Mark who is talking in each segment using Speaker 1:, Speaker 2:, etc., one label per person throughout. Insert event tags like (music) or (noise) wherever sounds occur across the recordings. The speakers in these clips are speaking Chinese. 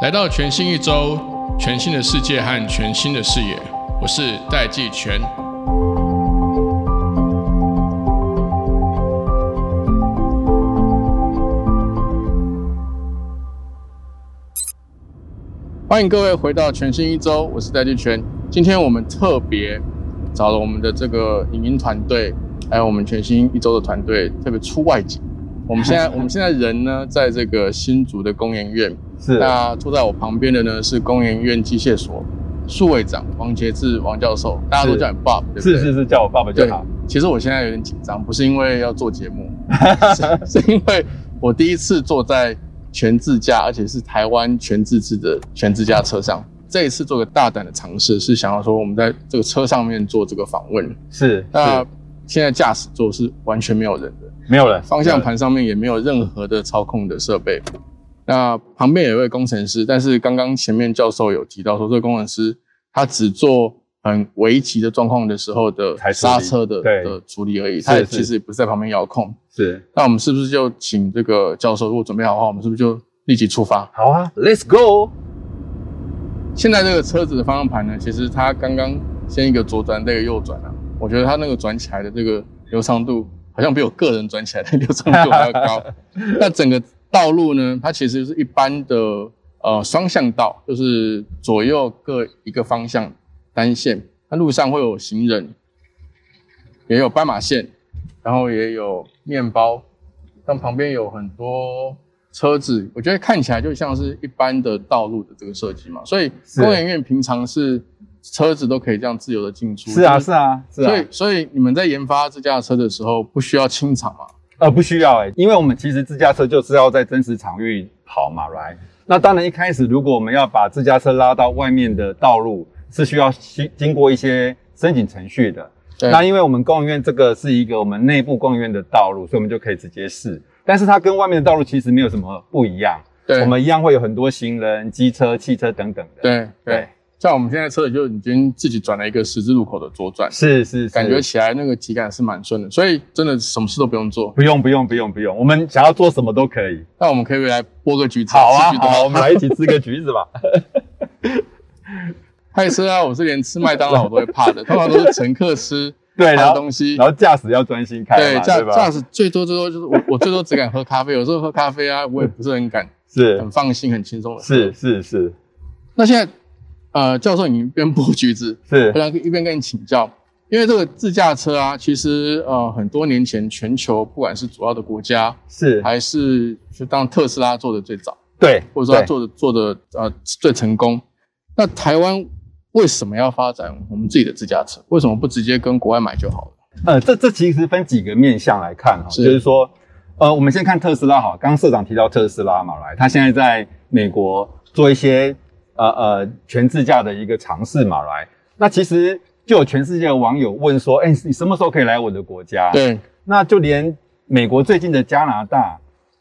Speaker 1: 来到全新一周，全新的世界和全新的视野，我是戴季全。欢迎各位回到全新一周，我是戴季全。今天我们特别找了我们的这个影音团队，还有我们全新一周的团队，特别出外景。我们现在我们现在人呢，在这个新竹的工研院。
Speaker 2: 是
Speaker 1: 那坐在我旁边的呢是工研院机械所数位长王杰志王教授，大家都叫你 Bob，对不对？
Speaker 2: 是是是，叫我爸爸就
Speaker 1: 对
Speaker 2: 好。。
Speaker 1: 其实我现在有点紧张，不是因为要做节目，
Speaker 2: (laughs)
Speaker 1: 是是因为我第一次坐在全自驾，而且是台湾全自制的全自驾车上。这一次做个大胆的尝试，是想要说我们在这个车上面做这个访问。
Speaker 2: 是
Speaker 1: 那
Speaker 2: 是，
Speaker 1: 现在驾驶座是完全没有人的，
Speaker 2: 没有了，
Speaker 1: 方向盘上面也没有任何的操控的设备。那旁边有一位工程师，但是刚刚前面教授有提到说，这个工程师他只做很危急的状况的时候的
Speaker 2: 才处理
Speaker 1: 刹车的
Speaker 2: 对
Speaker 1: 的处理而已，
Speaker 2: 是
Speaker 1: 他也
Speaker 2: 是
Speaker 1: 其实也不是在旁边遥控。
Speaker 2: 是
Speaker 1: 那我们是不是就请这个教授，如果准备好的话，我们是不是就立即出发？
Speaker 2: 好啊，Let's go。
Speaker 1: 现在这个车子的方向盘呢，其实它刚刚先一个左转，再一个右转啊，我觉得它那个转起来的这个流畅度，好像比我个人转起来的流畅度还要高。那整个道路呢，它其实是一般的呃双向道，就是左右各一个方向单线。那路上会有行人，也有斑马线，然后也有面包，但旁边有很多车子，我觉得看起来就像是一般的道路的这个设计嘛。所以
Speaker 2: 是
Speaker 1: 工研院平常是车子都可以这样自由的进出。
Speaker 2: 是啊
Speaker 1: 就是
Speaker 2: 啊是
Speaker 1: 嗯
Speaker 2: 啊
Speaker 1: 所以，所以你们在研发自驾车的时候，不需要清场嘛？
Speaker 2: 呃，不需要哎、因为我们其实自驾车就是要在真实场域跑嘛，right？那当然一开始如果我们要把自驾车拉到外面的道路，是需要经经过一些申请程序的。
Speaker 1: 对
Speaker 2: 那因为我们公务院这个是一个我们内部公务院的道路，所以我们就可以直接试。但是它跟外面的道路其实没有什么不一样，
Speaker 1: 对，
Speaker 2: 我们一样会有很多行人、机车、汽车等等的。
Speaker 1: 对对
Speaker 2: 对，，
Speaker 1: 像我们现在车子就已经自己转了一个十字路口的左转，
Speaker 2: 是是是，
Speaker 1: 感觉起来那个体感是蛮顺的，所以真的什么事都不用做。
Speaker 2: 不用不用不用不用，我们想要做什么都可以。
Speaker 1: 那我们可以来剥个橘子，
Speaker 2: 好啊
Speaker 1: 吃橘子吗
Speaker 2: 好，我们来一起吃个橘
Speaker 1: (laughs)
Speaker 2: 子吧。
Speaker 1: 开车啊，我是连吃麦当劳我都会怕
Speaker 2: (laughs)
Speaker 1: 的，通常都是乘客吃
Speaker 2: 对，
Speaker 1: 他
Speaker 2: 然
Speaker 1: 的
Speaker 2: 后
Speaker 1: 东西
Speaker 2: 然。后驾驶要专心开
Speaker 1: 对，
Speaker 2: 嘛，
Speaker 1: 驾
Speaker 2: 对吧？
Speaker 1: 驾驶最多最多就是我，我最多只敢喝咖啡，有时候喝咖啡啊，我也不是很敢，
Speaker 2: 是
Speaker 1: 很放心，很轻松的。
Speaker 2: 是是是
Speaker 1: 那现在，呃，教授，你一边剥橘子，我
Speaker 2: 是
Speaker 1: 想一边跟你请教，因为这个自驾车啊，其实呃很多年前，全球不管是主要的国家，
Speaker 2: 是，
Speaker 1: 还是就当特斯拉做的最早，
Speaker 2: 对，
Speaker 1: 或者说它
Speaker 2: 对
Speaker 1: 做的做的呃最成功。那台湾为什么要发展我们自己的自驾车？为什么不直接跟国外买就好了？
Speaker 2: 呃，这这其实分几个面向来看哈、
Speaker 1: 是
Speaker 2: 就是说，呃，我们先看特斯拉哈，刚刚社长提到特斯拉嘛，来，他现在在美国做一些呃呃全自驾的一个尝试嘛，来，那其实就有全世界的网友问说，哎，你什么时候可以来我的国家？
Speaker 1: 对，
Speaker 2: 那就连美国最近的加拿大，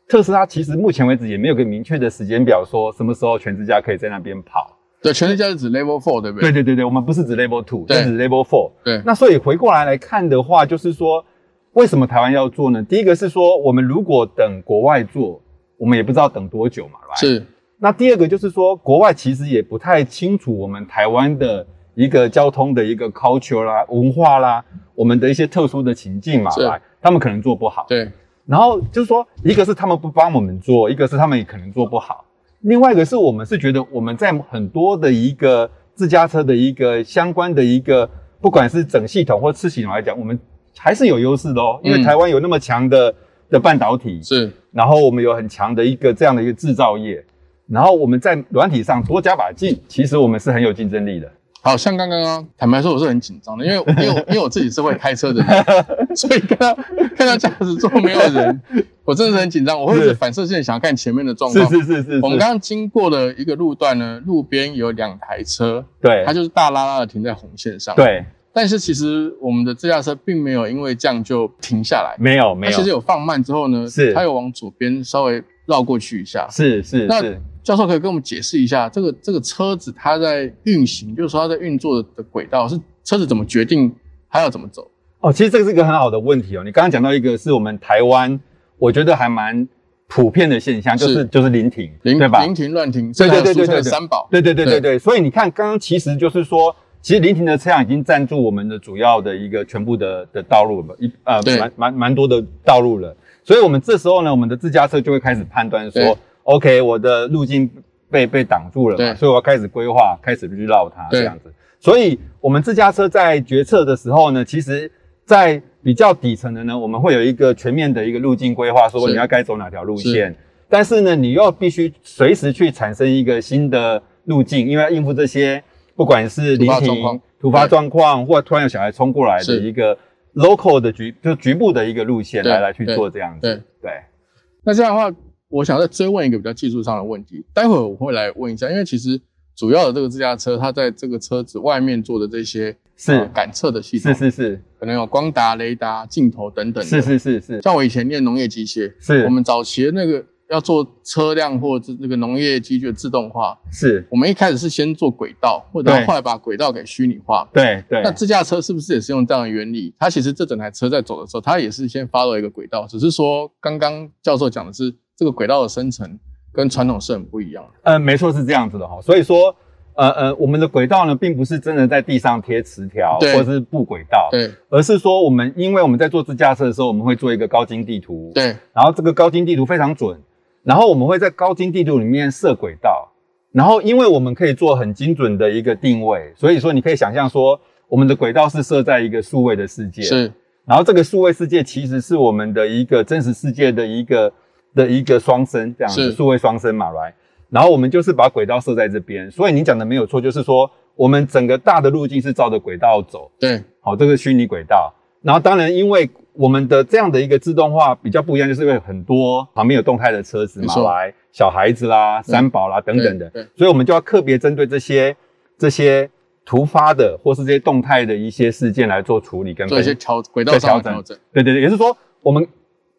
Speaker 2: 特斯拉其实目前为止也没有个明确的时间表，说什么时候全自驾可以在那边跑。
Speaker 1: 对，全世界是指 Level Four，对不对？
Speaker 2: 对对对对，我们不是指 Level Two，
Speaker 1: 对
Speaker 2: 是指 Level Four。
Speaker 1: 对
Speaker 2: 那所以回过来来看的话，就是说，为什么台湾要做呢？第一个是说，我们如果等国外做，我们也不知道等多久嘛，来。。
Speaker 1: 是
Speaker 2: 那第二个就是说，国外其实也不太清楚我们台湾的一个交通的一个 culture 啦、文化啦，我们的一些特殊的情境嘛，
Speaker 1: 是
Speaker 2: 来，他们可能做不好。
Speaker 1: 对
Speaker 2: 然后就是说，一个是他们不帮我们做，一个是他们也可能做不好，另外一个是我们是觉得我们在很多的一个自驾车的一个相关的一个，不管是整系统或次系统来讲，我们还是有优势的哦，因为
Speaker 1: 嗯
Speaker 2: 台湾有那么强的的半导体，
Speaker 1: 是，
Speaker 2: 然后我们有很强的一个这样的一个制造业，然后我们在软体上多加把劲，其实我们是很有竞争力的。
Speaker 1: 好像刚刚啊，坦白说我是很紧张的，因为因为我因为我自己是会开车的人，所以看到看到驾驶座没有人，我真的是很紧张，我会有
Speaker 2: 是
Speaker 1: 反射线想要看前面的状
Speaker 2: 是
Speaker 1: 况。
Speaker 2: 是是是是，
Speaker 1: 我们刚刚经过了一个路段呢，路边有两台车，
Speaker 2: 对
Speaker 1: 它就是大拉拉的停在红线上。，
Speaker 2: 对
Speaker 1: 但是其实我们的自驾车并没有因为这样就停下来，
Speaker 2: 没有没
Speaker 1: 它
Speaker 2: 有
Speaker 1: 其实有放慢之后呢，
Speaker 2: 是
Speaker 1: 它有往左边稍微绕过去一下。
Speaker 2: 是是
Speaker 1: 那
Speaker 2: 是
Speaker 1: 教授可以跟我们解释一下，这个这个车子它在运行，就是说它在运作的轨道是车子怎么决定它要怎么走？
Speaker 2: 哦，其实这个是一个很好的问题哦。你刚刚讲到一个是我们台湾，我觉得还蛮普遍的现象，就是
Speaker 1: 是
Speaker 2: 就是临停，
Speaker 1: 零
Speaker 2: 对吧？
Speaker 1: 零停乱停，
Speaker 2: 对对
Speaker 1: 这样
Speaker 2: 对对对
Speaker 1: 俗称的
Speaker 2: 对
Speaker 1: 三宝，
Speaker 2: 对对对对
Speaker 1: 对
Speaker 2: 对，所以你看，刚刚其实就是说，其实临停的车辆已经占住我们的主要的一个全部的的道路了，一呃
Speaker 1: 对
Speaker 2: 蛮蛮蛮多的道路了。所以我们这时候呢，我们的自家车就会开始判断说
Speaker 1: 对
Speaker 2: ，OK，我的路径被被挡住了嘛，
Speaker 1: 对
Speaker 2: 所以我要开始规划，开始去绕它
Speaker 1: 对
Speaker 2: 这样子。所以我们自家车在决策的时候呢，其实，在比较底层的呢，我们会有一个全面的一个路径规划，说
Speaker 1: 是
Speaker 2: 你要该走哪条路
Speaker 1: 是
Speaker 2: 线。但是呢，你又必须随时去产生一个新的路径，因为要应付这些不管是临
Speaker 1: 突发状
Speaker 2: 停
Speaker 1: 况、
Speaker 2: 突发状况，或突然有小孩冲过来的
Speaker 1: 是
Speaker 2: 一个 local 的局，就局部的一个路线
Speaker 1: 对
Speaker 2: 来来去
Speaker 1: 对
Speaker 2: 做这样子。
Speaker 1: 对。
Speaker 2: 对
Speaker 1: 那这样的话，我想再追问一个比较技术上的问题，待会儿我会来问一下，因为其实主要的这个自驾车，它在这个车子外面做的这些
Speaker 2: 是
Speaker 1: 呃感测的系统，
Speaker 2: 是是是
Speaker 1: 可能有光达、雷达、镜头等等的。
Speaker 2: 是是是是
Speaker 1: 像我以前念农业机械，
Speaker 2: 是
Speaker 1: 我们早期的那个要做车辆或者那个农业机具的自动化，
Speaker 2: 是，
Speaker 1: 我们一开始是先做轨道，或者
Speaker 2: 对
Speaker 1: 后来把轨道给虚拟化。
Speaker 2: 对对
Speaker 1: 那自驾车是不是也是用这样的原理？它其实这整台车在走的时候，它也是先发了一个轨道，只是说刚刚教授讲的是这个轨道的生成跟传统是很不一样的。
Speaker 2: 呃，没错是这样子的哈、所以说。呃呃，我们的轨道呢，并不是真的在地上贴磁条
Speaker 1: 对
Speaker 2: 或者是布轨道，
Speaker 1: 对
Speaker 2: 而是说我们因为我们在做自驾车的时候，我们会做一个高精地图，
Speaker 1: 对
Speaker 2: 然后这个高精地图非常准，然后我们会在高精地图里面设轨道，然后因为我们可以做很精准的一个定位，所以说你可以想象说，我们的轨道是设在一个数位的世界，，
Speaker 1: 是，
Speaker 2: 然后这个数位世界其实是我们的一个真实世界的一个的一个双生这样子，
Speaker 1: 是
Speaker 2: 数位双生嘛，right？然后我们就是把轨道设在这边，所以你讲的没有错，就是说我们整个大的路径是照着轨道走，
Speaker 1: 对
Speaker 2: 好、这个虚拟轨道。然后当然，因为我们的这样的一个自动化比较不一样，就是因为很多旁边有动态的车子
Speaker 1: 没
Speaker 2: 嘛，
Speaker 1: 错
Speaker 2: 来小孩子啦、三宝啦等等的，
Speaker 1: 对对
Speaker 2: 所以我们就要特别针对这些这些突发的或是这些动态的一些事件来做处理跟
Speaker 1: 做一
Speaker 2: 分
Speaker 1: 些
Speaker 2: 析。
Speaker 1: 调轨道上的
Speaker 2: 调
Speaker 1: 调
Speaker 2: 整
Speaker 1: 整。
Speaker 2: 对对对，也就是说我们。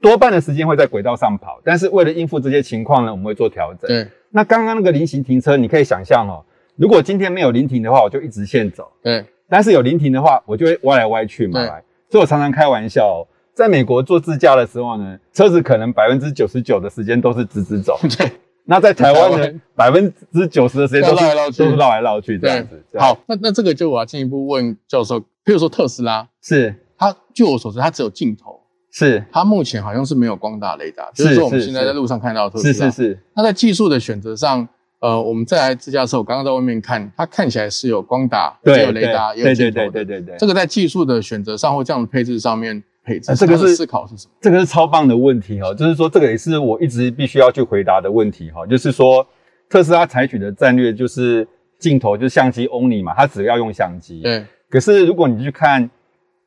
Speaker 2: 多半的时间会在轨道上跑，但是为了应付这些情况呢，我们会做调整。
Speaker 1: 对
Speaker 2: 那刚刚那个临行停车，你可以想象哦，如果今天没有临停的话，我就一直线走。
Speaker 1: 对
Speaker 2: 但是有临停的话，我就会歪来歪去嘛
Speaker 1: 对。
Speaker 2: 所以我常常开玩笑、哦，在美国做自驾的时候呢，车子可能百分之九十九的时间都是直直走，
Speaker 1: (laughs) 对，
Speaker 2: 那在台湾呢
Speaker 1: 台，
Speaker 2: 百分之九十的时间都是
Speaker 1: 要绕来绕去
Speaker 2: 都是绕来绕去这样子。这样，
Speaker 1: 好，那那这个就我要进一步问教授，譬如说特斯拉，
Speaker 2: 是
Speaker 1: 它据我所知，它只有镜头，
Speaker 2: 是
Speaker 1: 它目前好像是没有光大雷达，
Speaker 2: 是
Speaker 1: 就是说我们
Speaker 2: 是
Speaker 1: 现在在
Speaker 2: 是
Speaker 1: 路上看到的特斯
Speaker 2: 是
Speaker 1: 拉。
Speaker 2: 是是，
Speaker 1: 那在技术的选择上，呃，我们再来自驾车，我刚刚在外面看，它看起来是有光达，也
Speaker 2: 对
Speaker 1: 有雷达，也有
Speaker 2: 对对
Speaker 1: 镜头
Speaker 2: 对
Speaker 1: 的。
Speaker 2: 对对对
Speaker 1: 这
Speaker 2: 对，
Speaker 1: 个在技术的选择上或这样的配置上面配置，
Speaker 2: 呃这个
Speaker 1: 它的
Speaker 2: 是
Speaker 1: 思考是什么？
Speaker 2: 这个是超棒的问题哦，就是说这个也是我一直必须要去回答的问题哈、哦，就是说特斯拉采取的战略就是镜头就是相机 only 嘛，它只要用相机。
Speaker 1: 对
Speaker 2: 可是如果你去看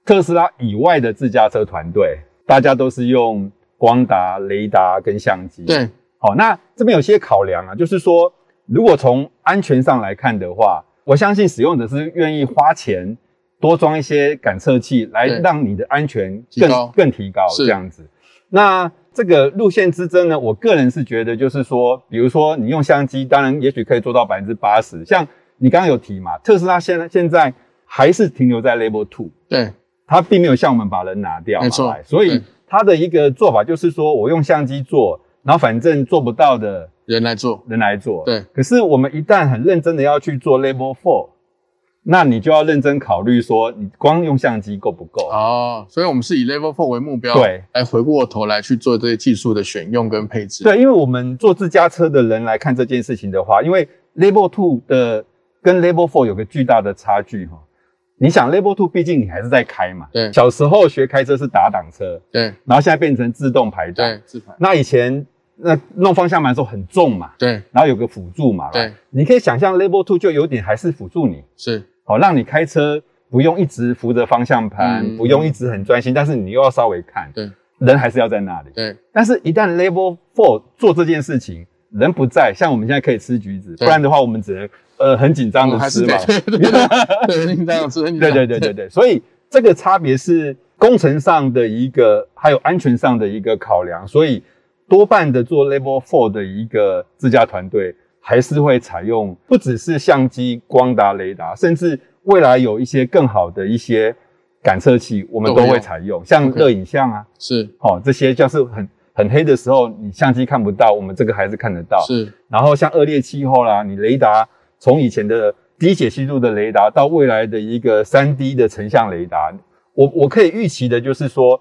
Speaker 2: 特斯拉以外的自驾车团队，大家都是用光达、雷达跟相机。，
Speaker 1: 对
Speaker 2: 好，那这边有些考量啊，就是说，如果从安全上来看的话，我相信使用者是愿意花钱多装一些感测器，来
Speaker 1: 对
Speaker 2: 让你的安全
Speaker 1: 提
Speaker 2: 更
Speaker 1: 高
Speaker 2: 更提高
Speaker 1: 是
Speaker 2: 这样子。那这个路线之争呢，我个人是觉得就是说，比如说你用相机，当然也许可以做到百分之八十，像你刚刚有提嘛，特斯拉现在现在还是停留在 Level Two，
Speaker 1: 对
Speaker 2: 它并没有像我们把人拿掉嘛，
Speaker 1: 没错嗯
Speaker 2: 来所以
Speaker 1: 对
Speaker 2: 它的一个做法就是说我用相机做，然后反正做不到的
Speaker 1: 人来做，
Speaker 2: 人来做。
Speaker 1: 对
Speaker 2: 可是我们一旦很认真的要去做 Level Four，那你就要认真考虑说，你光用相机够不够？
Speaker 1: 哦，所以我们是以 Level Four 为目标，
Speaker 2: 对，
Speaker 1: 来回过头来去做这些技术的选用跟配置。
Speaker 2: 对，因为我们做自家车的人来看这件事情的话，因为 Level Two 的跟 Level Four 有个巨大的差距哈。你想 Level Two，毕竟你还是在开嘛。
Speaker 1: 对
Speaker 2: 小时候学开车是打挡车，
Speaker 1: 对
Speaker 2: 然后现在变成自动排挡。
Speaker 1: 对，自排。
Speaker 2: 那以前那弄方向盘的时候很重嘛，
Speaker 1: 对
Speaker 2: 然后有个辅助嘛，
Speaker 1: 对，
Speaker 2: 你可以想象 Level Two 就有点还是辅助你，
Speaker 1: 是
Speaker 2: 好、让你开车不用一直扶着方向盘，
Speaker 1: 嗯
Speaker 2: 不用一直很专心，但是你又要稍微看，
Speaker 1: 对
Speaker 2: 人还是要在那里。
Speaker 1: 对
Speaker 2: 但是，一旦 Level Four 做这件事情，人不在，像我们现在可以吃橘子，不
Speaker 1: 对
Speaker 2: 然的话我们只能呃很紧张
Speaker 1: 我
Speaker 2: 的
Speaker 1: 们还是
Speaker 2: 吃
Speaker 1: 得
Speaker 2: 嘛。
Speaker 1: (laughs) 对对对对，对你这样子，你这
Speaker 2: (laughs) 对
Speaker 1: 样
Speaker 2: 对对对对，所以这个差别是工程上的一个，还有安全上的一个考量，所以多半的做 Level Four 的一个自驾团队还是会采用不只是相机、光达、雷达，甚至未来有一些更好的一些感测器，我们
Speaker 1: 都
Speaker 2: 都
Speaker 1: 会
Speaker 2: 会
Speaker 1: 用
Speaker 2: 采用，像
Speaker 1: OK
Speaker 2: 热影像啊，
Speaker 1: 是
Speaker 2: 哦，这些就是很很黑的时候，你相机看不到，我们这个还是看得到。
Speaker 1: 是
Speaker 2: 然后像恶劣气候啦，你雷达从以前的低解析度的雷达到未来的一个三 D 的成像雷达，我我可以预期的就是说，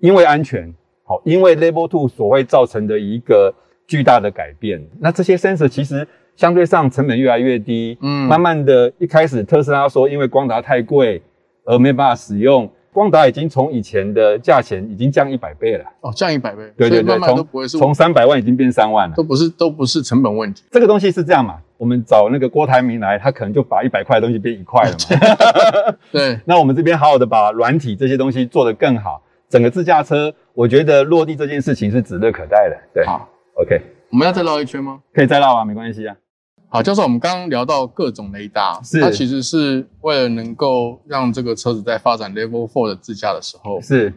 Speaker 2: 因为安全，好，因为 Level Two 所会造成的一个巨大的改变，那这些 sensor 其实相对上成本越来越低，
Speaker 1: 嗯
Speaker 2: 慢慢的一开始特斯拉说因为光达太贵而没办法使用，光达已经从以前的价钱已经降一百倍了，
Speaker 1: 哦，降一百倍，
Speaker 2: 对
Speaker 1: 所
Speaker 2: 对
Speaker 1: 以
Speaker 2: 对，
Speaker 1: 慢慢都
Speaker 2: 从
Speaker 1: 不会是
Speaker 2: 从三百万已经变三万了
Speaker 1: 都。不是都不是成本问题，
Speaker 2: 这个东西是这样嘛？我们找那个郭台铭来，他可能就把一百块的东西变一块了
Speaker 1: (laughs)
Speaker 2: 嘛。
Speaker 1: 对，
Speaker 2: 那我们这边好好的把软体这些东西做得更好，整个自驾车，我觉得落地这件事情是指日可待的。对
Speaker 1: 好，
Speaker 2: ，OK，
Speaker 1: 我们要再绕一圈吗？
Speaker 2: 可以再绕啊，没关系啊。
Speaker 1: 好，教授，我们刚刚聊到各种雷达，
Speaker 2: 是
Speaker 1: 它其实是为了能够让这个车子在发展 Level Four 的自驾的时候，
Speaker 2: 是，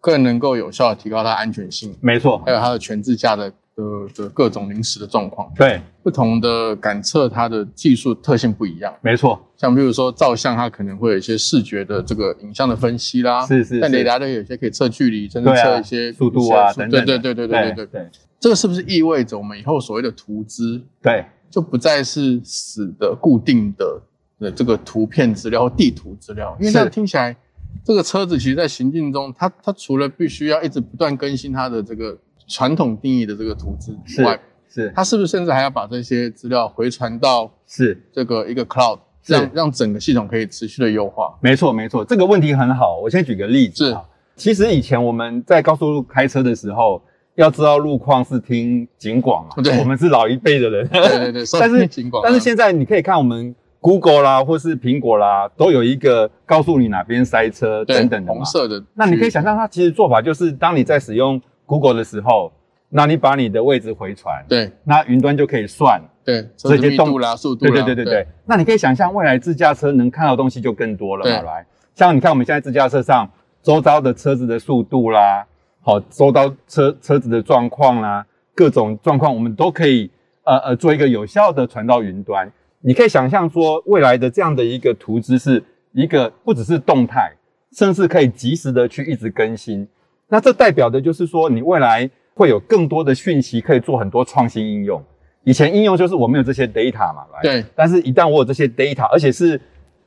Speaker 1: 更能够有效的提高它安全性，
Speaker 2: 没错
Speaker 1: 还，有它的全自驾的的的各种临时的状况。
Speaker 2: 对，
Speaker 1: 不同的感测它的技术特性不一样，
Speaker 2: 没错，
Speaker 1: 像比如说照相，它可能会有一些视觉的这个影像的分析啦，
Speaker 2: 是是
Speaker 1: 但
Speaker 2: 是
Speaker 1: 雷达的有些可以测距离，甚至
Speaker 2: 对
Speaker 1: 嗯测
Speaker 2: 啊，
Speaker 1: 一些
Speaker 2: 速度啊
Speaker 1: 一些
Speaker 2: 等等的，哎
Speaker 1: 对对对对对对
Speaker 2: 对
Speaker 1: 对。这个是不是意味着我们以后所谓的图资
Speaker 2: 对
Speaker 1: 就不再是死的固定的的这个图片资料、地图资料，因为
Speaker 2: 是
Speaker 1: 这样听起来，这个车子其实在行进中，它它除了必须要一直不断更新它的这个传统定义的这个图资之外，
Speaker 2: 是
Speaker 1: 它是不是甚至还要把这些资料回传到
Speaker 2: 是。
Speaker 1: 这个一个 cloud，
Speaker 2: 是
Speaker 1: 让让整个系统可以持续的优
Speaker 2: (laughs)
Speaker 1: 化？
Speaker 2: 没错，没错，这个问题很好。我先举个例子啊，其实以前我们在高速路开车的时候，要知道路况是听警广嘛，
Speaker 1: 对
Speaker 2: 我们是老一
Speaker 1: (laughs)
Speaker 2: 辈的人。
Speaker 1: 对对对，
Speaker 2: 但是
Speaker 1: 尽管
Speaker 2: 但是现在你可以看我们 Google 啦，或是苹果啦，都有一个告诉你哪边塞车
Speaker 1: 对
Speaker 2: 等等的嘛
Speaker 1: 红。色的，
Speaker 2: 那你可以想，象，它其实做法就是，当你在使用 Google 的时候，那你把你的位置回传，
Speaker 1: 对
Speaker 2: 那云端就可以算。
Speaker 1: 对，车
Speaker 2: 所以
Speaker 1: 子
Speaker 2: 就
Speaker 1: 密
Speaker 2: 动
Speaker 1: 度啦、速度
Speaker 2: 对
Speaker 1: 啦，
Speaker 2: 对对对对。那你可以想象，未来自驾车能看到的东西就更多了嘛，
Speaker 1: 对
Speaker 2: 来，像你看我们现在自驾车上周遭的车子的速度啦，好，周遭车车子的状况啦，各种状况我们都可以呃呃做一个有效的传到云端。你可以想象说，未来的这样的一个图资是一个不只是动态，甚至可以及时的去一直更新。那这代表的就是说，你未来会有更多的讯息可以做很多创新应用。以前应用就是我没有这些 data 嘛，来
Speaker 1: 对
Speaker 2: 但是一旦我有这些 data，而且是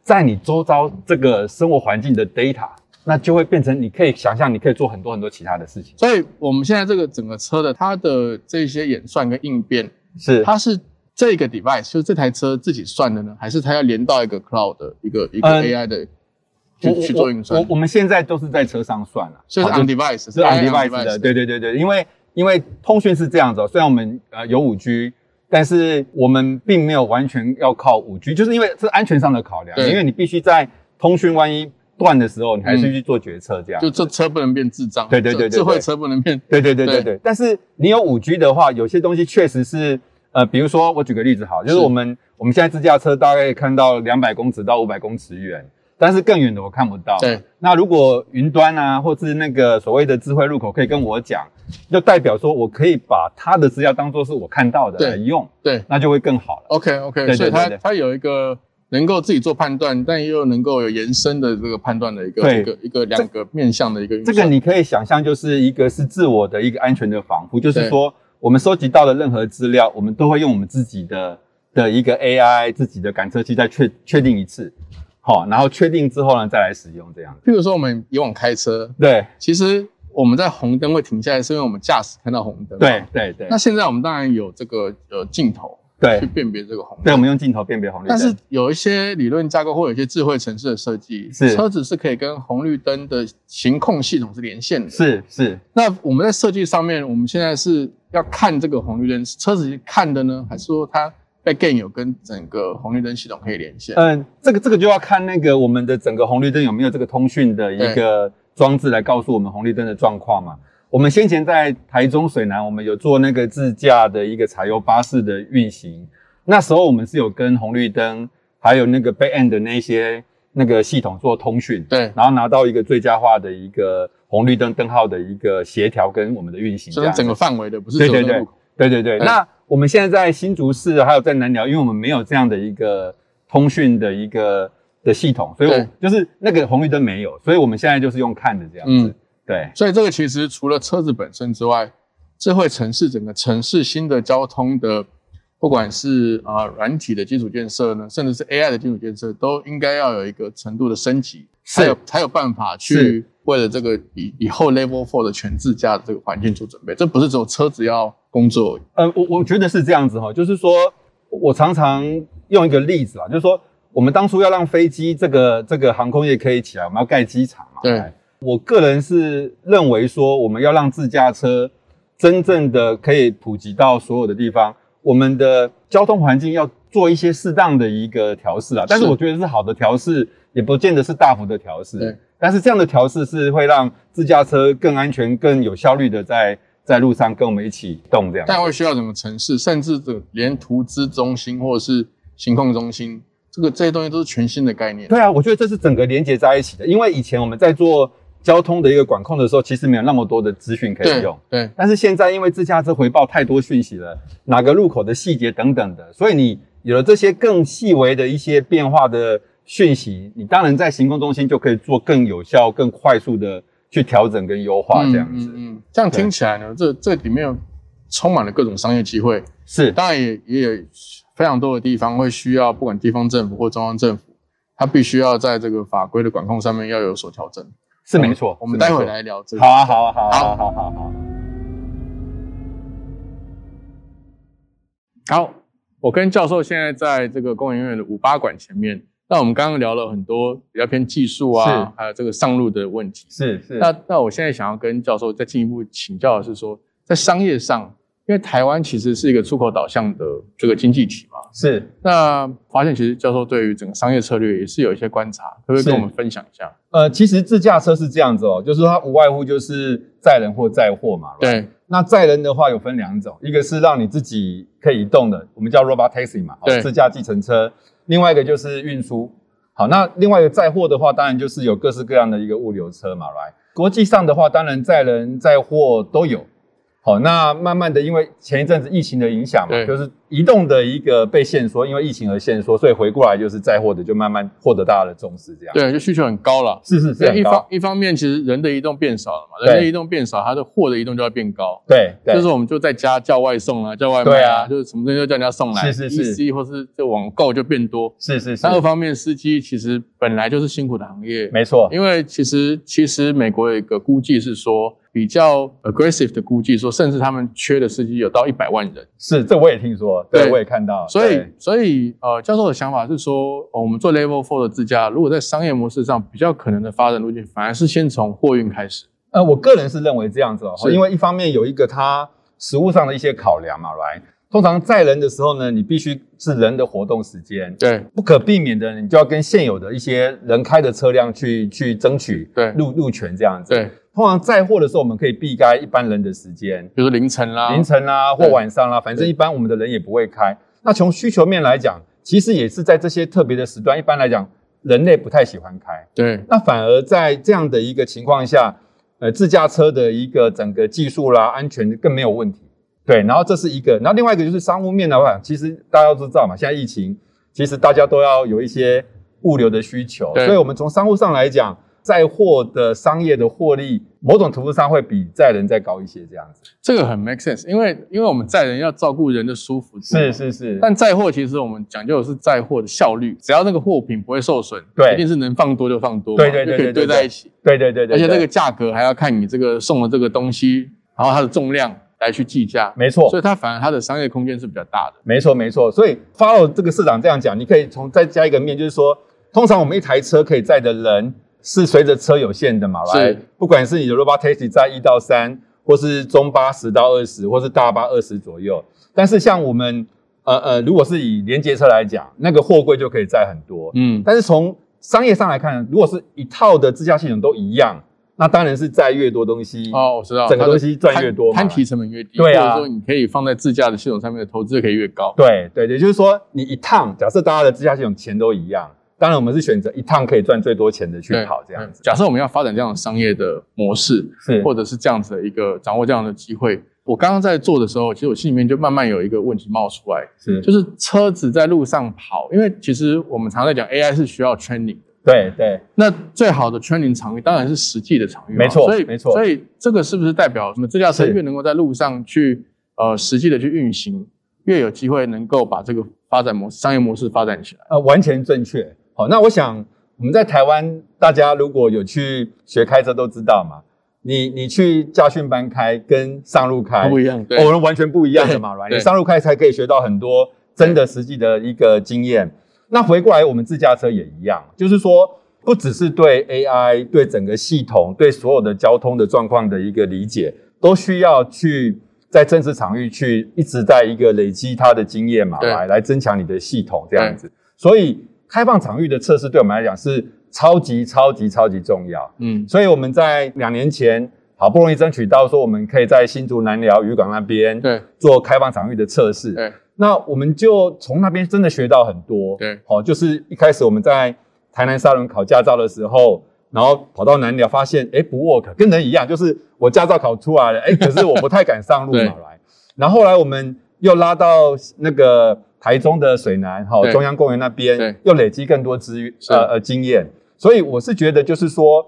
Speaker 2: 在你周遭这个生活环境的 data，那就会变成你可以想象，你可以做很多很多其他的事情。
Speaker 1: 所以我们现在这个整个车的它的这些演算跟应变，
Speaker 2: 是
Speaker 1: 它是这个 device 就是这台车自己算的呢，还是它要连到一个 cloud 的一个一个
Speaker 2: 嗯
Speaker 1: AI 的
Speaker 2: 我
Speaker 1: 去去做运算
Speaker 2: 我？我们现在都是在车上算了，
Speaker 1: 所以是
Speaker 2: 好就
Speaker 1: on device，
Speaker 2: 是 on
Speaker 1: AI
Speaker 2: device 的，对对对对，因为因为通讯是这样子、哦，虽然我们呃有五 G，但是我们并没有完全要靠五 G，就是因为这是安全上的考量，
Speaker 1: 对
Speaker 2: 因为你必须在通讯万一断的时候，你还是
Speaker 1: 嗯
Speaker 2: 去做决策这样。
Speaker 1: 就这车不能变智障，
Speaker 2: 对对对对
Speaker 1: 智智慧车不能变，
Speaker 2: 对对对对
Speaker 1: 对
Speaker 2: 对。但是你有五 G 的话，有些东西确实是，呃，比如说我举个例子好，就是
Speaker 1: 是
Speaker 2: 我们我们现在自驾车大概看到两百公尺到五百公尺远，但是更远的我看不到。
Speaker 1: 对。
Speaker 2: 那如果云端啊，或是那个所谓的智慧入口可以跟我讲，就代表说我可以把它的资料当做是我看到的
Speaker 1: 对
Speaker 2: 来用，
Speaker 1: 对
Speaker 2: 那就会更好了。
Speaker 1: ，OK OK，
Speaker 2: 对对
Speaker 1: 所以它
Speaker 2: 对对
Speaker 1: 它有一个。能够自己做判断，但又能够有延伸的这个判断的一个
Speaker 2: 对
Speaker 1: 一个一个两个面向的一个运
Speaker 2: 这
Speaker 1: 算。
Speaker 2: 个你可以想象，就是一个是自我的一个安全的防护，就是说我们收集到的任何资料，我们都会用我们自己的的一个 AI 自己的感测器再确确定一次，好，然后确定之后呢再来使用这样子。
Speaker 1: 譬如说我们以往开车，
Speaker 2: 对
Speaker 1: 其实我们在红灯会停下来，是因为我们驾驶看到红灯。
Speaker 2: 对。对对
Speaker 1: 那现在我们当然有这个呃镜头去
Speaker 2: 对
Speaker 1: 辨别这个红
Speaker 2: 对，我
Speaker 1: 灯，
Speaker 2: 们用镜头辨别红绿灯，
Speaker 1: 但是有一些理论架构或有一些智慧城市的设计，
Speaker 2: 是
Speaker 1: 车子是可以跟红绿灯的行控系统是连线的。
Speaker 2: 是是
Speaker 1: 那我们在设计上面，我们现在是要看这个红绿灯，车子看的呢，还是说它 backend 有跟整个红绿灯系统可以连线？
Speaker 2: 嗯，这个这个就要看那个我们的整个红绿灯有没有这个通讯的一个装置来告诉我们红绿灯的状况嘛。我们先前在台中水南，我们有做那个自驾的一个柴油巴士的运行，那时候我们是有跟红绿灯还有那个 back end 的那些那个系统做通讯，
Speaker 1: 对，
Speaker 2: 然后拿到一个最佳化的一个红绿灯灯号的一个协调跟我们的运行，这
Speaker 1: 所以
Speaker 2: 样
Speaker 1: 是
Speaker 2: 子
Speaker 1: 整个范围的，不是只
Speaker 2: 啊
Speaker 1: 有
Speaker 2: 对对
Speaker 1: 那个
Speaker 2: 对
Speaker 1: 路口。
Speaker 2: 对对对。
Speaker 1: 嗯
Speaker 2: 那我们现在在新竹市还有在南寮，因为我们没有这样的一个通讯的一个的系统，所以我
Speaker 1: 对
Speaker 2: 就是那个红绿灯没有，所以我们现在就是用看的这样子。
Speaker 1: 嗯
Speaker 2: 对
Speaker 1: 所以这个其实除了车子本身之外，智慧城市整个城市新的交通的，不管是啊软体的基础建设呢，甚至是 AI 的基础建设，都应该要有一个程度的升级，才有才有办法去
Speaker 2: 是
Speaker 1: 为了这个以以后 Level Four 的全自驾的这个环境做准备。这不是只有车子要工作而已，
Speaker 2: 呃，我我觉得是这样子哈，就是说我常常用一个例子啊，就是说我们当初要让飞机这个这个航空业可以起来，我们要盖机场嘛。
Speaker 1: 对
Speaker 2: 哎。我个人是认为说，我们要让自驾车真正的可以普及到所有的地方，我们的交通环境要做一些适当的一个调试啊。但是
Speaker 1: 是
Speaker 2: 我觉得是好的调试，也不见得是大幅的调试。
Speaker 1: 对。
Speaker 2: 但是这样的调试是会让自驾车更安全、更有效率的在在路上跟我们一起动这样子。
Speaker 1: 但会需要整个城市，甚至这连图资中心或者是行控中心，这个这些东西都是全新的概念。
Speaker 2: 对啊，我觉得这是整个连接在一起的，因为以前我们在做交通的一个管控的时候，其实没有那么多的资讯可以用。
Speaker 1: 对
Speaker 2: 但是现在因为自驾车回报太多讯息了，哪个路口的细节等等的，所以你有了这些更细微的一些变化的讯息，你当然在行控中心就可以做更有效、更快速的去调整跟优化这样
Speaker 1: 嗯
Speaker 2: 子。
Speaker 1: 嗯嗯这样听起来呢，这这里面充满了各种商业机会，
Speaker 2: 是
Speaker 1: 当然也也有非常多的地方会需要，不管地方政府或中央政府，它必须要在这个法规的管控上面要有所调整。
Speaker 2: 是没错，
Speaker 1: 我们
Speaker 2: 是没
Speaker 1: 待
Speaker 2: 错
Speaker 1: 会。来聊这个。
Speaker 2: 好啊，好啊，好啊，好啊好啊好啊好啊。
Speaker 1: 好，我跟教授现在在这个工研院的五八馆前面。那我们刚刚聊了很多比较偏技术啊
Speaker 2: 是，
Speaker 1: 还有这个上路的问题。
Speaker 2: 是是，
Speaker 1: 那那我现在想要跟教授再进一步请教的是说，在商业上，因为台湾其实是一个出口导向的这个经济体嘛，
Speaker 2: 是
Speaker 1: 那发现其实教授对于整个商业策略也是有一些观察，可不可以
Speaker 2: 是
Speaker 1: 跟我们分享一下？
Speaker 2: 呃，其实自驾车是这样子哦，就是说它无外乎就是载人或载货嘛。right？
Speaker 1: 对
Speaker 2: 那载人的话有分两种，一个是让你自己可以移动的，我们叫 robot taxi 嘛，哦
Speaker 1: 对
Speaker 2: 自驾计程车；另外一个就是运输。好，那另外一个载货的话，当然就是有各式各样的一个物流车嘛，right？国际上的话，当然载人载货都有。好，那慢慢的，因为前一阵子疫情的影响嘛
Speaker 1: 对，
Speaker 2: 就是移动的一个被限缩，因为疫情而限缩，所以回过来就是载货的就慢慢获得大家的重视，这样。，
Speaker 1: 对，就需求很高了。
Speaker 2: 是是是
Speaker 1: 所以
Speaker 2: 很
Speaker 1: 一
Speaker 2: 高
Speaker 1: 方。一方面，其实人的移动变少了嘛，
Speaker 2: 对
Speaker 1: 人的移动变少，它的货的移动就要变高。
Speaker 2: 对，对
Speaker 1: 这时候我们就在家叫外送啊，叫外卖
Speaker 2: 对啊
Speaker 1: 就是什么东西都叫人家送来，
Speaker 2: 是是是
Speaker 1: EC 或是这网购就变多。
Speaker 2: 是是是
Speaker 1: 那，二方面，司机其实本来就是辛苦的行业，
Speaker 2: 没错，
Speaker 1: 因为其实其实美国有一个估计是说比较 aggressive 的估计说，甚至他们缺的司机有到一百万人。
Speaker 2: 是这我也听说，
Speaker 1: 对
Speaker 2: 对我也看到，
Speaker 1: 所以
Speaker 2: 哦对，
Speaker 1: 所以，呃，教授的想法是说，呃我们做 Level Four 的自驾，如果在商业模式上比较可能的发展路径，反而是先从货运开始。
Speaker 2: 呃，我个人是认为这样子哦，
Speaker 1: 是
Speaker 2: 因为一方面有一个它实物上的一些考量嘛，来，通常载人的时候呢，你必须是人的活动时间，
Speaker 1: 对
Speaker 2: 不可避免的，你就要跟现有的一些人开的车辆去去争取
Speaker 1: 对
Speaker 2: 路路权这样子。，
Speaker 1: 对，
Speaker 2: 通常载货的时候，我们可以避开一般人的时间，
Speaker 1: 比如说凌晨啦，
Speaker 2: 凌晨啦、或
Speaker 1: 啊对
Speaker 2: 晚上啦、啊反正一般我们的人也不会开。那从需求面来讲，其实也是在这些特别的时段，一般来讲，人类不太喜欢开。
Speaker 1: 对
Speaker 2: 那反而在这样的一个情况下，呃，自驾车的一个整个技术啦、安全更没有问题。对，然后这是一个，然后另外一个就是商务面的话，其实大家都知道嘛，现在疫情，其实大家都要有一些物流的需求，
Speaker 1: 对
Speaker 2: 所以我们从商务上来讲，载货的商业的获利，某种程度上会比载人再高一些，这样子。
Speaker 1: 这个很 make sense，因为因为我们载人要照顾人的舒服度，
Speaker 2: 是。是是，
Speaker 1: 但载货其实我们讲究的是载货的效率，只要那个货品不会受损，
Speaker 2: 对
Speaker 1: 一定是能放多就放多嘛，
Speaker 2: 对对对
Speaker 1: 就可以
Speaker 2: 对
Speaker 1: 堆
Speaker 2: 对
Speaker 1: 在一起。
Speaker 2: 对对对对，
Speaker 1: 而且
Speaker 2: 对
Speaker 1: 这个价格还要看你这个送的这个东西，然后它的重量来去计价，
Speaker 2: 没错
Speaker 1: 所，以它反而它的商业空间是比较大的。
Speaker 2: 没错，没错。所以 follow 这个市长这样讲，你可以从再加一个面，就是说，通常我们一台车可以载的人是随着车有限的嘛，
Speaker 1: 是
Speaker 2: 来，不管是你的 robot taxi 载一到三，或是中巴十到二十，或是大巴二十左右。但是像我们呃呃，如果是以连接车来讲，那个货柜就可以载很多，
Speaker 1: 嗯，
Speaker 2: 但是从商业上来看，如果是一套的自驾系统都一样，那当然是载越多东西
Speaker 1: 哦，我知道，
Speaker 2: 整个
Speaker 1: 它的
Speaker 2: 东西赚越多嘛
Speaker 1: 摊摊提成本越低，
Speaker 2: 对
Speaker 1: 或
Speaker 2: 啊
Speaker 1: 者说你可以放在自驾的系统上面的投资可以越高。
Speaker 2: 对对，也就是说，你一趟，假设大家的自驾系统钱都一样，当然我们是选择一趟可以赚最多钱的去跑这样
Speaker 1: 嗯
Speaker 2: 子。
Speaker 1: 假设我们要发展这样的商业的模式，
Speaker 2: 是
Speaker 1: 或者嗯是这样子的一个掌握这样的机会，我刚刚在做的时候，其实我心里面就慢慢有一个问题冒出来，
Speaker 2: 是
Speaker 1: 就是车子在路上跑，因为其实我们常在讲 AI 是需要 training 的，
Speaker 2: 对对，
Speaker 1: 那最好的 training 场域当然是实际的场域嘛，
Speaker 2: 没错
Speaker 1: 所以
Speaker 2: 没错
Speaker 1: 所以这个是不是代表什么？这架车
Speaker 2: 是
Speaker 1: 越能够在路上去呃实际的去运行，越有机会能够把这个发展模式、商业模式发展起来。
Speaker 2: 呃，完全正确。好，那我想我们在台湾，大家如果有去学开车都知道嘛，你你去驾训班开跟上路开
Speaker 1: 它不一样，对，
Speaker 2: 我们完全不一样的嘛，
Speaker 1: 对
Speaker 2: right？
Speaker 1: 对
Speaker 2: 你上路开才可以学到很多真的实际的一个经验。那回过来，我们自驾车也一样，就是说，不只是对 AI、对整个系统、对所有的交通的状况的一个理解，都需要去在真实场域去一直在一个累积它的经验嘛，
Speaker 1: 对
Speaker 2: 来来增强你的系统这样子。所以，开放场域的测试对我们来讲是超级超级超级重要。
Speaker 1: 嗯，
Speaker 2: 所以我们在两年前好不容易争取到说，我们可以在新竹南寮渔港那边
Speaker 1: 对
Speaker 2: 做开放场域的测试。
Speaker 1: 对
Speaker 2: 那我们就从那边真的学到很多。
Speaker 1: 对
Speaker 2: 好、就是一开始我们在台南沙仑考驾照的时候，然后跑到南寮发现，哎，不 work，跟人一样，就是我驾照考出来了，哎，可是我不太敢上路嘛，
Speaker 1: (laughs) 对
Speaker 2: 来。然后后来我们又拉到那个台中的水南，哈、
Speaker 1: 对
Speaker 2: 中央公园那边
Speaker 1: 对，
Speaker 2: 又累积更多资源
Speaker 1: 是
Speaker 2: 呃呃经验。所以我是觉得，就是说，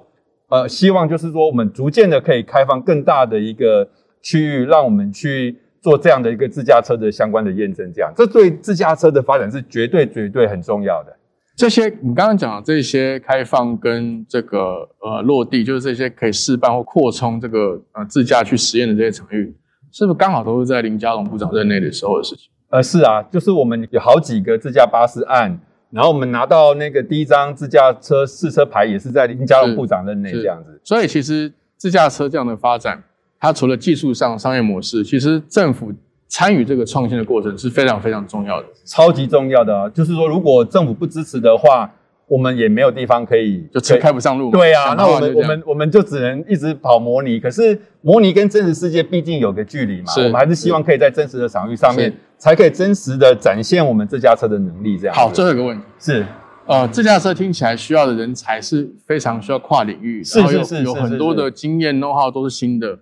Speaker 2: 呃，希望就是说，我们逐渐的可以开放更大的一个区域，让我们去做这样的一个自驾车的相关的验证，这样，这对自驾车的发展是绝对绝对很重要的。
Speaker 1: 这些你刚刚讲的这些开放跟这个呃落地，就是这些可以试办或扩充这个呃自驾去实验的这些场域，是不是刚好都是在林佳龙部长任内的时候的事情？
Speaker 2: 呃，是啊，就是我们有好几个自驾巴士案，然后我们拿到那个第一张自驾车试车牌，也是在林佳龙
Speaker 1: 是
Speaker 2: 部长任内
Speaker 1: 是
Speaker 2: 这样子。
Speaker 1: 所以其实自驾车这样的发展，它除了技术上商业模式，其实政府参与这个创新的过程是非常非常重要的，
Speaker 2: 超级重要的啊，就是说，如果政府不支持的话，我们也没有地方可以
Speaker 1: 就车开不上路嘛。
Speaker 2: 对啊，
Speaker 1: 讲
Speaker 2: 那
Speaker 1: 白话
Speaker 2: 我
Speaker 1: 就
Speaker 2: 们
Speaker 1: 这
Speaker 2: 我
Speaker 1: 样
Speaker 2: 们我们就只能一直跑模拟，可是模拟跟真实世界毕竟有个距离嘛，
Speaker 1: 是
Speaker 2: 我们还是希望可以在真实的场域上面
Speaker 1: 是，
Speaker 2: 才可以真实的展现我们自驾车的能力。这样子
Speaker 1: 好，最后一个问题。
Speaker 2: 是
Speaker 1: 呃，自驾车听起来需要的人才是非常需要跨领域，
Speaker 2: 是
Speaker 1: 然后有
Speaker 2: 是是
Speaker 1: 有
Speaker 2: 是
Speaker 1: 很
Speaker 2: 是
Speaker 1: 多
Speaker 2: 是
Speaker 1: 的经验 know how 都是新的。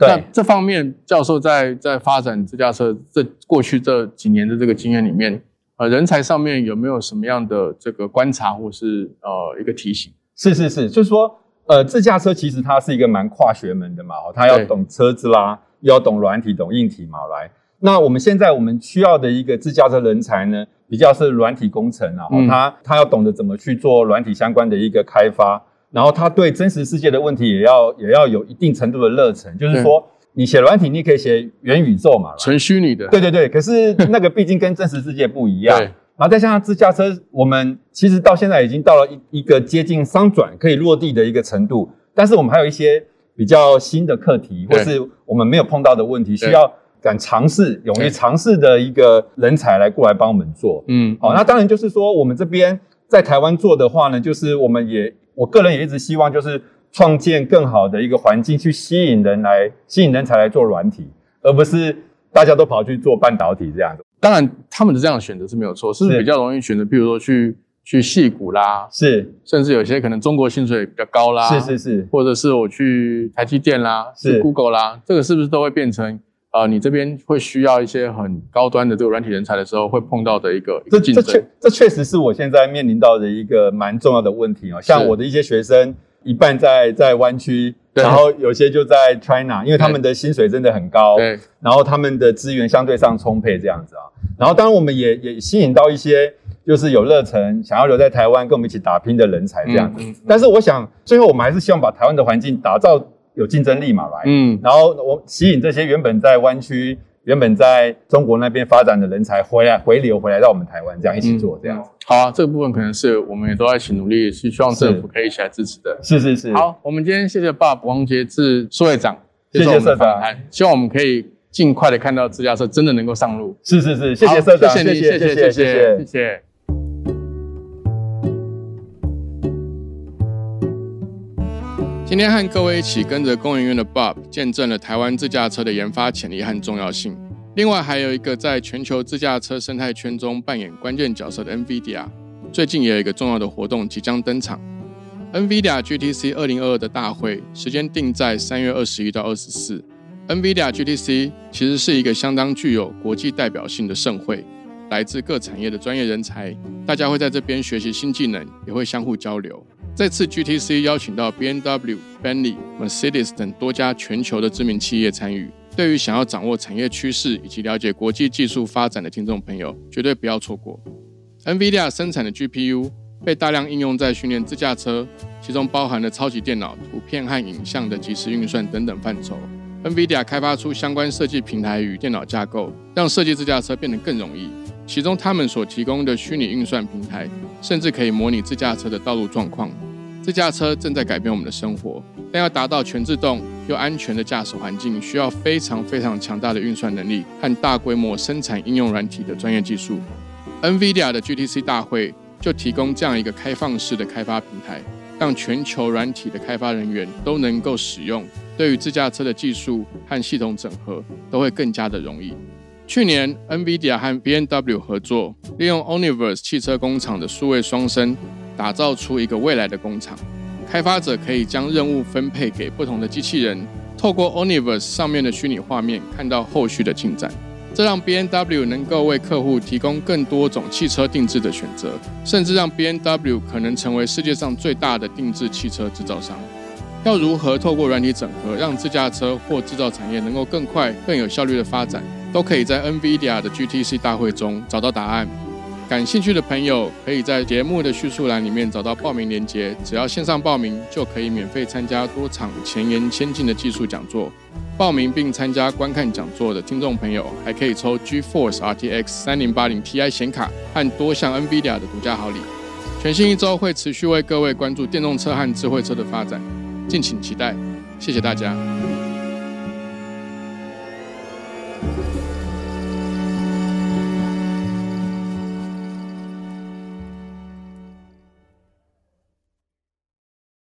Speaker 1: 那
Speaker 2: 对
Speaker 1: 这方面，教授在在发展自驾车这过去这几年的这个经验里面，呃，人才上面有没有什么样的这个观察或是呃一个提醒？
Speaker 2: 是是是，就是说呃，自驾车其实它是一个蛮跨学门的嘛，哦，它要
Speaker 1: 对
Speaker 2: 懂车子啦，又要懂软体、懂硬体嘛，哦来。那我们现在我们需要的一个自驾车人才呢，比较是软体工程啊，哦
Speaker 1: 嗯
Speaker 2: 他他要懂得怎么去做软体相关的一个开发，然后他对真实世界的问题也要也要有一定程度的热忱，就是说你写软体，你可以写元宇宙嘛，哦
Speaker 1: 纯虚拟的，
Speaker 2: 对对对，可是那个毕竟跟真实世界不一样，
Speaker 1: 对
Speaker 2: 然后再加上自驾车，我们其实到现在已经到了一一个接近商转可以落地的一个程度，但是我们还有一些比较新的课题，或
Speaker 1: 对
Speaker 2: 是我们没有碰到的问题，
Speaker 1: 对
Speaker 2: 需要敢尝试、勇于
Speaker 1: 对
Speaker 2: 尝试的一个人才来过来帮我们做。
Speaker 1: 嗯，
Speaker 2: 好、那当然就是说，我们这边在台湾做的话呢，就是我们也，我个人也一直希望就是创建更好的一个环境，去吸引人来吸引人才来做软体，而不是大家都跑去做半导体这样子。
Speaker 1: 当然他们的这样的选择是没有错，是
Speaker 2: 是
Speaker 1: 比较容易选择，譬如说去去戏谷啦，
Speaker 2: 是
Speaker 1: 甚至有些可能中国薪水比较高啦，
Speaker 2: 是是是，
Speaker 1: 或者是我去台积电啦，
Speaker 2: 是
Speaker 1: 去 Google 啦，这个是不是都会变成呃，你这边会需要一些很高端的这个软体人才的时候会碰到的一个一
Speaker 2: 这
Speaker 1: 个竞
Speaker 2: 这
Speaker 1: 争
Speaker 2: 确？这确实是我现在面临到的一个蛮重要的问题哦。像
Speaker 1: 是
Speaker 2: 我的一些学生，一半在在湾区，
Speaker 1: 对
Speaker 2: 然后有些就在 China，因为他们的薪水真的很高，
Speaker 1: 对，
Speaker 2: 然后他们的资源相对上充沛这样子啊。然后当然我们也也吸引到一些就是有热忱想要留在台湾跟我们一起打拼的人才这样子。
Speaker 1: 嗯
Speaker 2: 但是我想最后我们还是希望把台湾的环境打造有竞争力嘛，来。
Speaker 1: 嗯，
Speaker 2: 然后我吸引这些原本在湾区、原本在中国那边发展的人才回来回流回来到我们台湾，这样一起做，这样子。
Speaker 1: 好啊，这个部分可能是我们也都在一起努力，是希望政府可以一起来支持的。
Speaker 2: 是是是，，
Speaker 1: 好，我们今天谢谢爸王杰志苏会长，
Speaker 2: 谢
Speaker 1: 接
Speaker 2: 谢
Speaker 1: 受我们的
Speaker 2: 社长
Speaker 1: 访谈，希望我们可以尽快的看到自驾车真的能够上路。
Speaker 2: 是是是，谢
Speaker 1: 好
Speaker 2: 谢社长，
Speaker 1: 谢谢你，谢
Speaker 2: 谢
Speaker 1: 谢，
Speaker 2: 谢
Speaker 1: 谢谢，谢谢。今天和各位一起跟着工研院的 Bob 见证了台湾自驾车的研发潜力和重要性。另外，还有一个在全球自驾车生态圈中扮演关键角色的 NVIDIA，最近也有一个重要的活动即将登场。NVIDIA GTC 二零二二的大会时间定在三月二十一到二十四。NVIDIA GTC 其实是一个相当具有国际代表性的盛会，来来自各产业的专业人才，大家会在这边学习新技能，也会相互交流。这次 GTC 邀请到 B N W、Bentley、Mercedes 等多家全球的知名企业参与，对于想要掌握产业趋势以及了解国际技术发展的听众朋友，绝对不要错过。NVIDIA 生产的 GPU 被大量应用在训练自驾车，其中包含了超级电脑、图片和影像的即时运算等等范畴。NVIDIA 开发出相关设计平台与电脑架构，让设计自驾车变得更容易。其中，他们所提供的虚拟运算平台，甚至可以模拟自驾车的道路状况。自驾车正在改变我们的生活，但要达到全自动又安全的驾驶环境，需要非常非常强大的运算能力和大规模生产应用软体的专业技术。NVIDIA 的 GTC 大会就提供这样一个开放式的开发平台，让全球软体的开发人员都能够使用。对于自驾车的技术和系统整合都会更加的容易。去年，NVIDIA 和 BMW 合作，利用 Omniverse 汽车工厂的数位双生，打造出一个未来的工厂。开发者可以将任务分配给不同的机器人，透过 Omniverse 上面的虚拟画面看到后续的进展。这让 B N W 能够为客户提供更多种汽车定制的选择，甚至让 B N W 可能成为世界上最大的定制汽车制造商。要如何透过软体整合，让自驾车或制造产业能够更快、更有效率的发展，都可以在 NVIDIA 的 GTC 大会中找到答案。感兴趣的朋友可以在节目的叙述栏里面找到报名链接，只要线上报名就可以免费参加多场前沿先进的技术讲座。报名并参加观看讲座的听众朋友，还可以抽 GeForce RTX 3080 Ti 显卡和多项 NVIDIA 的独家好礼。全新一周会持续为各位关注电动车和智慧车的发展，敬请期待。谢谢大家。